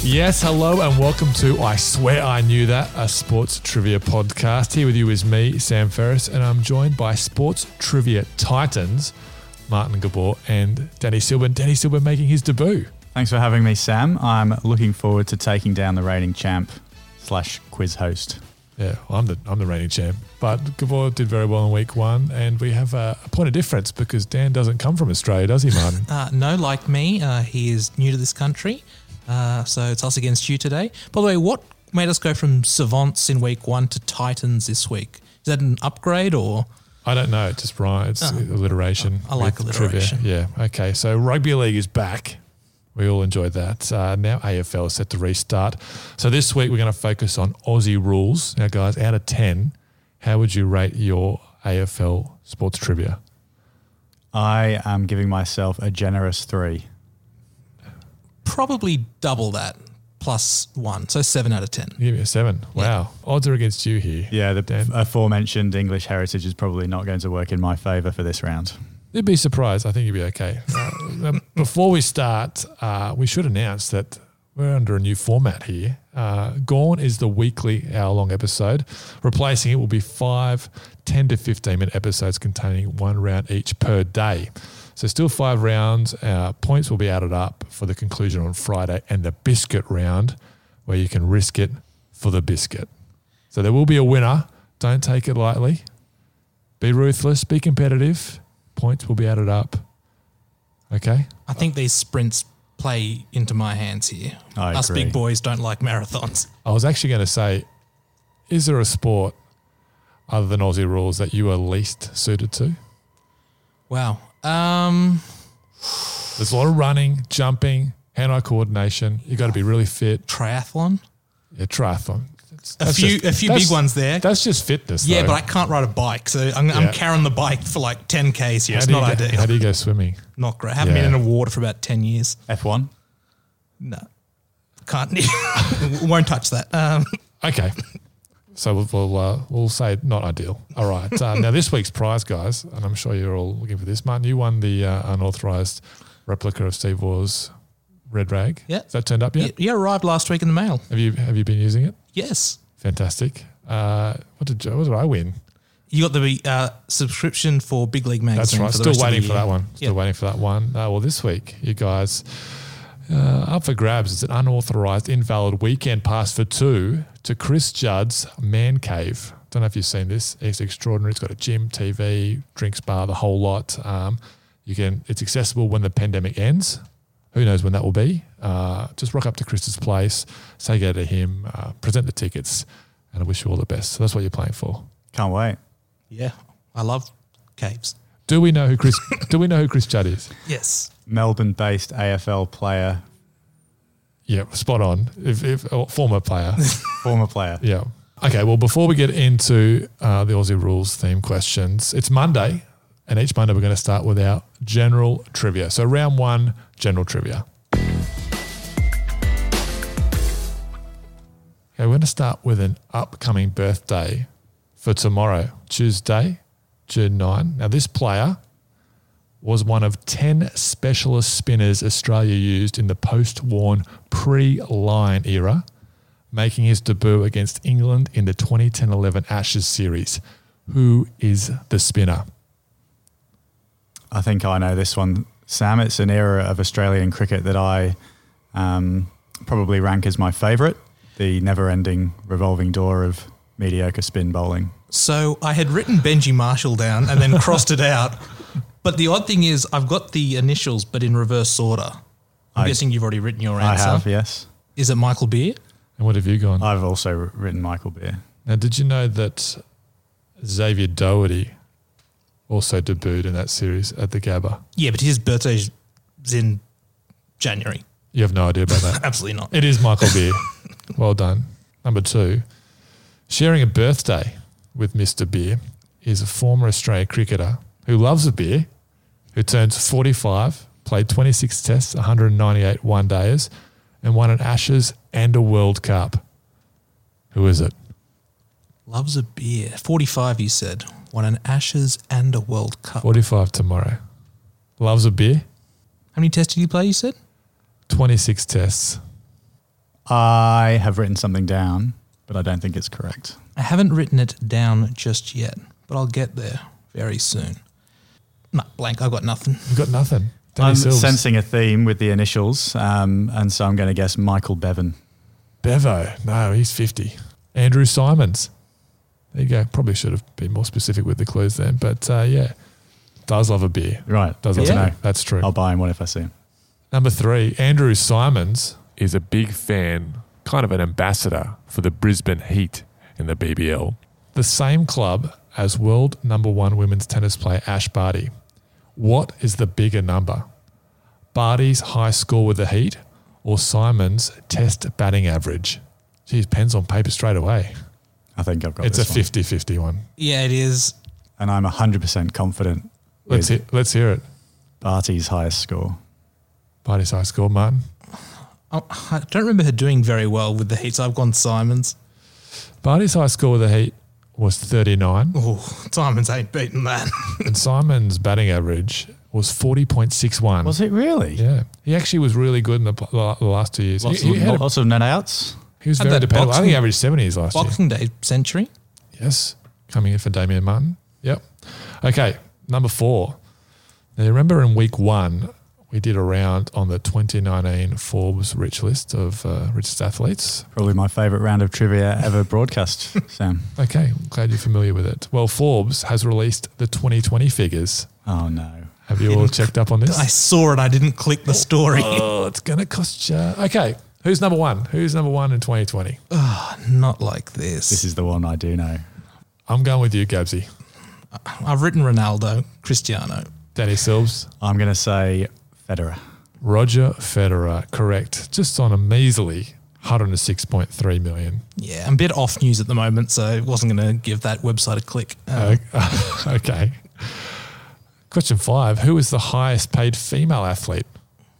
Yes, hello, and welcome to I Swear I Knew That, a sports trivia podcast. Here with you is me, Sam Ferris, and I'm joined by sports trivia titans, Martin Gabor and Danny Silburn. Danny Silburn making his debut. Thanks for having me, Sam. I'm looking forward to taking down the reigning champ slash quiz host. Yeah, well, I'm the I'm the reigning champ, but Gabor did very well in week one, and we have a, a point of difference because Dan doesn't come from Australia, does he, Martin? Uh, no, like me, uh, he is new to this country. Uh, so it's us against you today. By the way, what made us go from savants in week one to titans this week? Is that an upgrade or? I don't know. It just rhymes. It's Oh. alliteration. I like with alliteration. Trivia. Yeah. Okay. So rugby league is back. We all enjoyed that. Uh, now AFL is set to restart. So this week we're going to focus on Aussie rules. Now, guys, out of ten, how would you rate your AFL sports trivia? I am giving myself a generous three. Probably double that plus one. So seven out of 10. You give me a seven. Wow. Odds are against you here. Yeah, the Dan. aforementioned English heritage is probably not going to work in my favour for this round. You'd be surprised. I think you'd be okay. Uh, before we start, uh, we should announce that we're under a new format here. Uh, Gone is the weekly hour long episode. Replacing it will be five 10 to 15 minute episodes containing one round each per day. So, still five rounds. Uh, points will be added up for the conclusion on Friday and the biscuit round, where you can risk it for the biscuit. So, there will be a winner. Don't take it lightly. Be ruthless, be competitive. Points will be added up. Okay. I think these sprints play into my hands here. I us agree. big boys don't like marathons. I was actually going to say, is there a sport other than Aussie rules that you are least suited to? Wow. Um, There's a lot of running, jumping, hand eye coordination. you got to be really fit. triathlon. Yeah, triathlon. That's- A that's few, just- a few that's- big ones there. That's just fitness. Yeah, though. but I can't ride a bike, so I'm, Yeah. I'm carrying the bike for like 10 k's here. How It's do you not go- ideal. How do you go swimming? Not great. Haven't Yeah. been in the water for about 10 years. F1? No. Can't. won't touch that. Um, Okay. So we'll we'll, uh, we'll say not ideal. All right. Uh, now this week's prize, guys, and I'm sure you're all looking for this. Martin, you won the uh, unauthorized replica of Steve Waugh's red rag. Yeah. Has that turned up yet? yeah. arrived last week in the mail. Have you have you been using it? Yes. Fantastic. Uh, what did Jo- what did I win? You got the uh, subscription for Big League That's Magazine. right. For the Still rest of the waiting for year. that one. Still Yeah. waiting for that one. Uh, well, this week, you guys, uh, up for grabs is an unauthorized, invalid weekend pass for two to Chris Judd's Man Cave. Don't know if you've seen this. It's extraordinary. It's got a gym, TV, drinks bar, the whole lot. Um, you can. It's accessible when the pandemic ends. Who knows when that will be? Uh, just rock up to Chris's place, say go to him, uh, present the tickets, and I wish you all the best. So that's what you're playing for. Can't wait. Yeah. I love caves. Do we know who Chris? do we know who Chris Judd is? Yes. Melbourne based AFL player, Yeah, spot on. If, if or former player, former player. yeah. Okay. Well, before we get into uh, the Aussie rules theme questions, it's Monday, and each Monday we're going to start with our general trivia. So round one, general trivia. Okay, we're going to start with an upcoming birthday for tomorrow, Tuesday, June 9. Now, this player was one of 10 specialist spinners Australia used in the post worn pre line era, making his debut against England in the 2010 11 Ashes series. Who is the spinner? I think I know this one, Sam. It's an era of Australian cricket that I um, probably rank as my favourite the never ending revolving door of mediocre spin bowling. So I had written Benji Marshall down and then crossed it out. But the odd thing is, I've got the initials, but in reverse order. I- I'm guessing you've already written your I answer. have, yes. Is it Michael Beer? And what have you gone? I've also written Michael Beer. Now, did you know that Xavier Doherty also debuted in that series at the Gabba? Yeah, but his birthday's in January. You have no idea about that. Absolutely not. It is Michael Beer. well done. Number two, sharing a birthday with Mr. Beer is a former Australia cricketer who loves a beer, who turns 45, played 26 tests, 198 one days, and won an Ashes and a World Cup. Who is it? Loves a beer. 45, you said. Won an Ashes and a World Cup. 45 tomorrow. Loves a beer, How many tests did you play, you said? 26 tests. I have written something down, but I don't think it's correct. I haven't written it down just yet, but I'll get there very soon. No, blank. I've got nothing. You've got nothing. Danny I'm Silves. sensing a theme with the initials, um, and so I'm going to guess Michael Bevan. Bevo. No, he's 50. Andrew Simons. There you go. Probably should have been more specific with the clues then. But uh, yeah, does love a beer. Right, Does good love to a know. beer. That's true. I'll buy him one if I see him. Number three, Andrew Simons. is a big fan, kind of an ambassador for the Brisbane Heat in the BBL. the same club as world number one women's tennis player Ash Barty. What is the bigger number? Barty's high score with the Heat or Simon's test batting average? Geez, pens on paper straight away. I think I've got it's a this one. 50 50 one. Yeah, it is. and I'm 100% confident Let's, with he- let's hear it. Barty's highest score. Barty's high score, Martin. I I don't remember her doing very well with the heats. I've gone Simons. Barty's high score with the Heat was 39, Oh, Simons ain't beaten that. and Simon's batting average was 40.61. Mm. Was it really? Yeah. He actually was really good in the, pl- the last two years. Lots, he, he of, had a- lots of net outs. he was Had very that dependable. I think he boxing- averaged 70s last year. Boxing Day century. Yes. Coming in for Damien Martin. Yep. Okay. Number four. Now, you remember in week one, we did a round on the 2019 Forbes rich list of uh, richest athletes. Probably my favourite round of trivia ever broadcast, Sam. Okay. I'm glad you're familiar with it. Well, Forbes has released the 2020 figures. Oh, no. Have you all checked up on this? I saw it. I didn't click the story. Oh, it's going to cost you. Okay. Who's number one? Who's number one in 2020? Not like this. This is the one I do know. I'm going with you, Gabsy. I've written Ronaldo, Cristiano. Danny Silves. I'm going to say Federer. Roger Federer, correct. Just on a measly 106.3 million. Yeah, I'm a bit off news at the moment, so I wasn't going to give that website a click. Uh, Oh, okay. Question five Who is the highest paid female athlete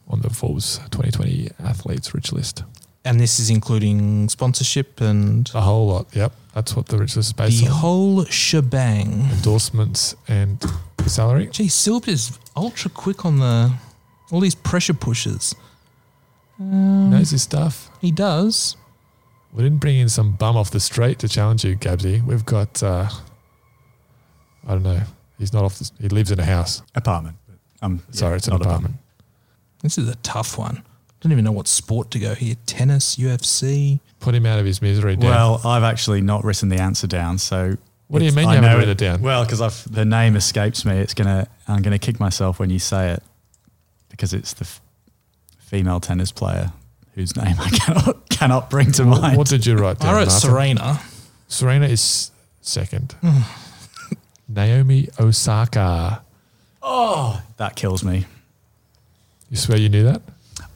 on the Forbes 2020 athletes rich list? and this is including sponsorship and A whole lot. Yep. That's what the rich list is based the on. whole shebang. Endorsements and salary. Gee, Silb is ultra quick on the all these pressure pushes. Um, Knows his stuff. he does. We didn't bring in some bum off the street to challenge you, Gabsy. We've got, uh, I don't know. He's not off the, he lives in a house. Apartment. Um, yeah, Sorry, it's an not apartment. This is a tough one. Don't even know what sport to go here. Tennis, UFC. Put him out of his misery, Dan. Well, I've actually not written the answer down, so. What do you it's- mean you I haven't know written it down? Well, because the name escapes me. It's gonna. I'm gonna kick myself when you say it, because it's the f- female tennis player whose name I cannot cannot bring to mind. What did you write down? I wrote Martin? Serena. Serena is second. Naomi Osaka. That kills me. You swear you knew that?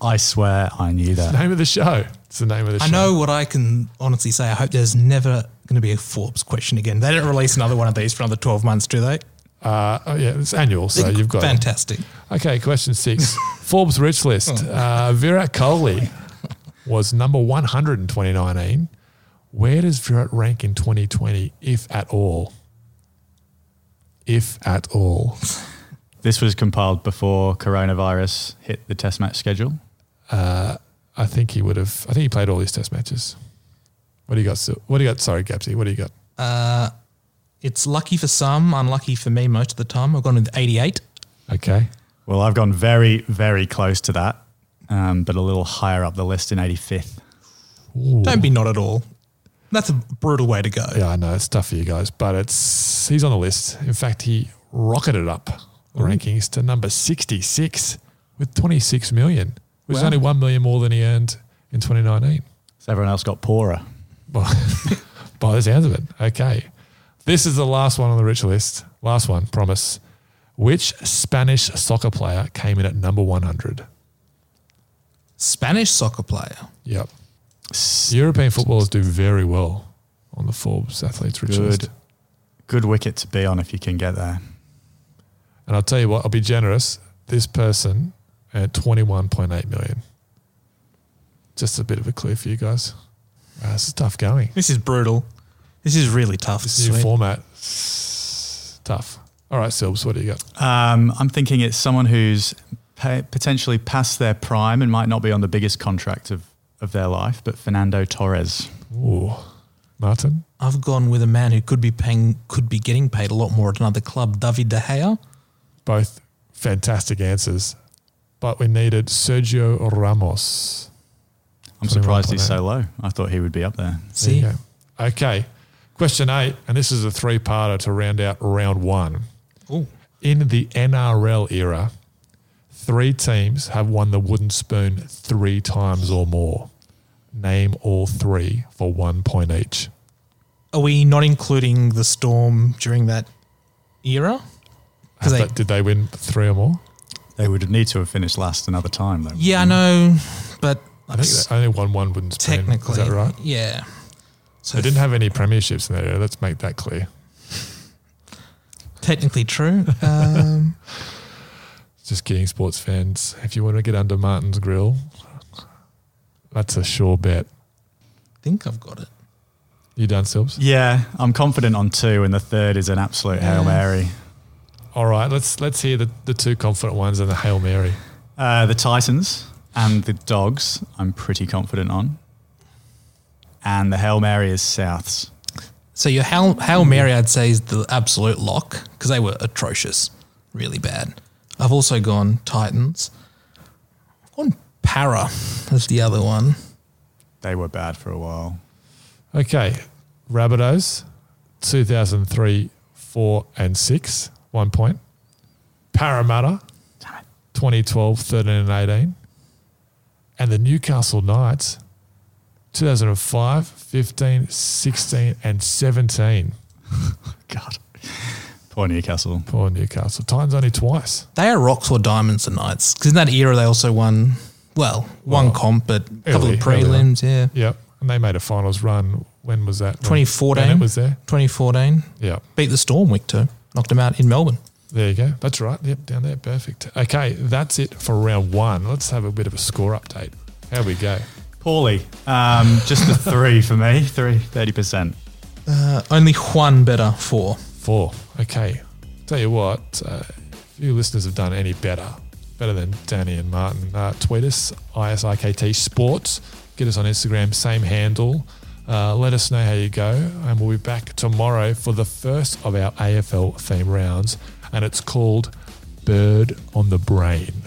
I swear I knew It's that. the name of the show. It's the name of the I show. know what I can honestly say. I hope there's never going to be a Forbes question again. They don't release another one of these for another 12 months, do they? Uh, oh yeah, it's annual, so you've got it. Fantastic. Okay, question six. Forbes Rich List. Uh, Virat Kohli was number 100 in 2019. Where does Virat rank in 2020, if at all? If at all. This was compiled before coronavirus hit the test match schedule. I think he would have. I think he played all these test matches. What do you got? Sil- What do you got? Sorry, Gapsy. What do you got? It's lucky for some, unlucky for me most of the time. I've gone with 88. Okay. Well, I've gone very, very close to that, um, but a little higher up the list in 85th. Don't be not at all. That's a brutal way to go. Yeah, I know it's tough for you guys, but it's he's on the list. In fact, he rocketed up the rankings to number sixty-six with twenty-six million, which is Wow. only one million more than he earned in twenty nineteen. So everyone else got poorer. By, by the sounds of it. Okay. This is the last one on the rich list. Last one, promise. Which Spanish soccer player came in at number one hundred? Spanish soccer player. Yep. European footballers do very well on the Forbes athletes rich list. Good, good wicket to be on if you can get there. And I'll tell you what, I'll be generous. This person at 21.8 million. Just a bit of a clue for you guys. Wow, this is tough going. This is brutal. This is really tough. This new Sweet. format. It's Tough. All right, Silbs, what do you got? Um, I'm thinking it's someone who's pa potentially past their prime and might not be on the biggest contract of, of their life, but Fernando Torres. Ooh. Martin? I've gone with a man who could be paying, could be getting paid a lot more at another club, David De Gea. Both fantastic answers. But we needed Sergio Ramos. I'm Something surprised wrong with he's that. so low. I thought he would be up there. There you See, go. Okay. Question eight, and this is a three parter to round out round one. Ooh. In the NRL era, three teams have won the wooden spoon three times or more. Name all three for one point each. are we not including the Storm during that era? Have 'Cause they- that- did they win three or more? They would need to have finished last another time, though. Yeah, I know, but Hmm. I think they only won one wooden spoon. technically, Is that right? Yeah. So They didn't have any premierships in that era. Let's make that clear. technically true. Um, Just kidding, sports fans. If you want to get under Martin's grill, that's a sure bet. I think I've got it. You done, Silbs? Yeah, I'm confident on two, and the third is an absolute hail Yeah. mary. All right, let's let's hear the, the two confident ones and the Hail Mary. Uh, the Titans and the Dogs. I'm pretty confident on, and the hail mary is Souths. So your Hail, Hail Mary, I'd say, is the absolute lock because they were atrocious, really bad. I've also gone Titans. I've gone Para as the other one. They were bad for a while. Okay, Rabbitohs, 2003, 4 and 6, one point. Parramatta, 2012, 13 and 18. And the Newcastle Knights, 2005, 15, 16 and 17. God, poor Newcastle. Poor Newcastle. Titans only twice. They are rocks or diamonds and knights because in that era they also won, well, one Well, comp, but a couple early- of early on. prelims. Yeah, Yep. And they made a finals run. When was that? When 2014? Bennett was there. 2014 Yep. beat the Storm week two, knocked them out in Melbourne. There you go. That's right. Yep, down there. Perfect. Okay, that's it for round one. Let's have a bit of a score update. How we go? Poorly. Um, just the three for me. Three, 30%. Uh, only one better four. Four. Okay. Tell you what, uh, if you listeners have done any better, better than Danny and Martin, uh, tweet us, ISIKT Sports. Get us on Instagram, same handle. Uh, let us know how you go. And we'll be back tomorrow for the first of our AFL theme rounds. And it's called Bird on the Brain.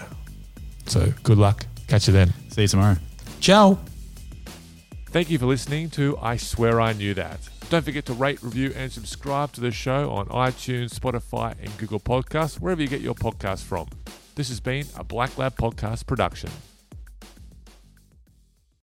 So good luck. Catch you then. See you tomorrow. Ciao. Thank you for listening to I Swear I Knew That. Don't forget to rate, review, and subscribe to the show on iTunes, Spotify, and Google Podcasts, wherever you get your podcasts from. This has been a Black Lab Podcast production.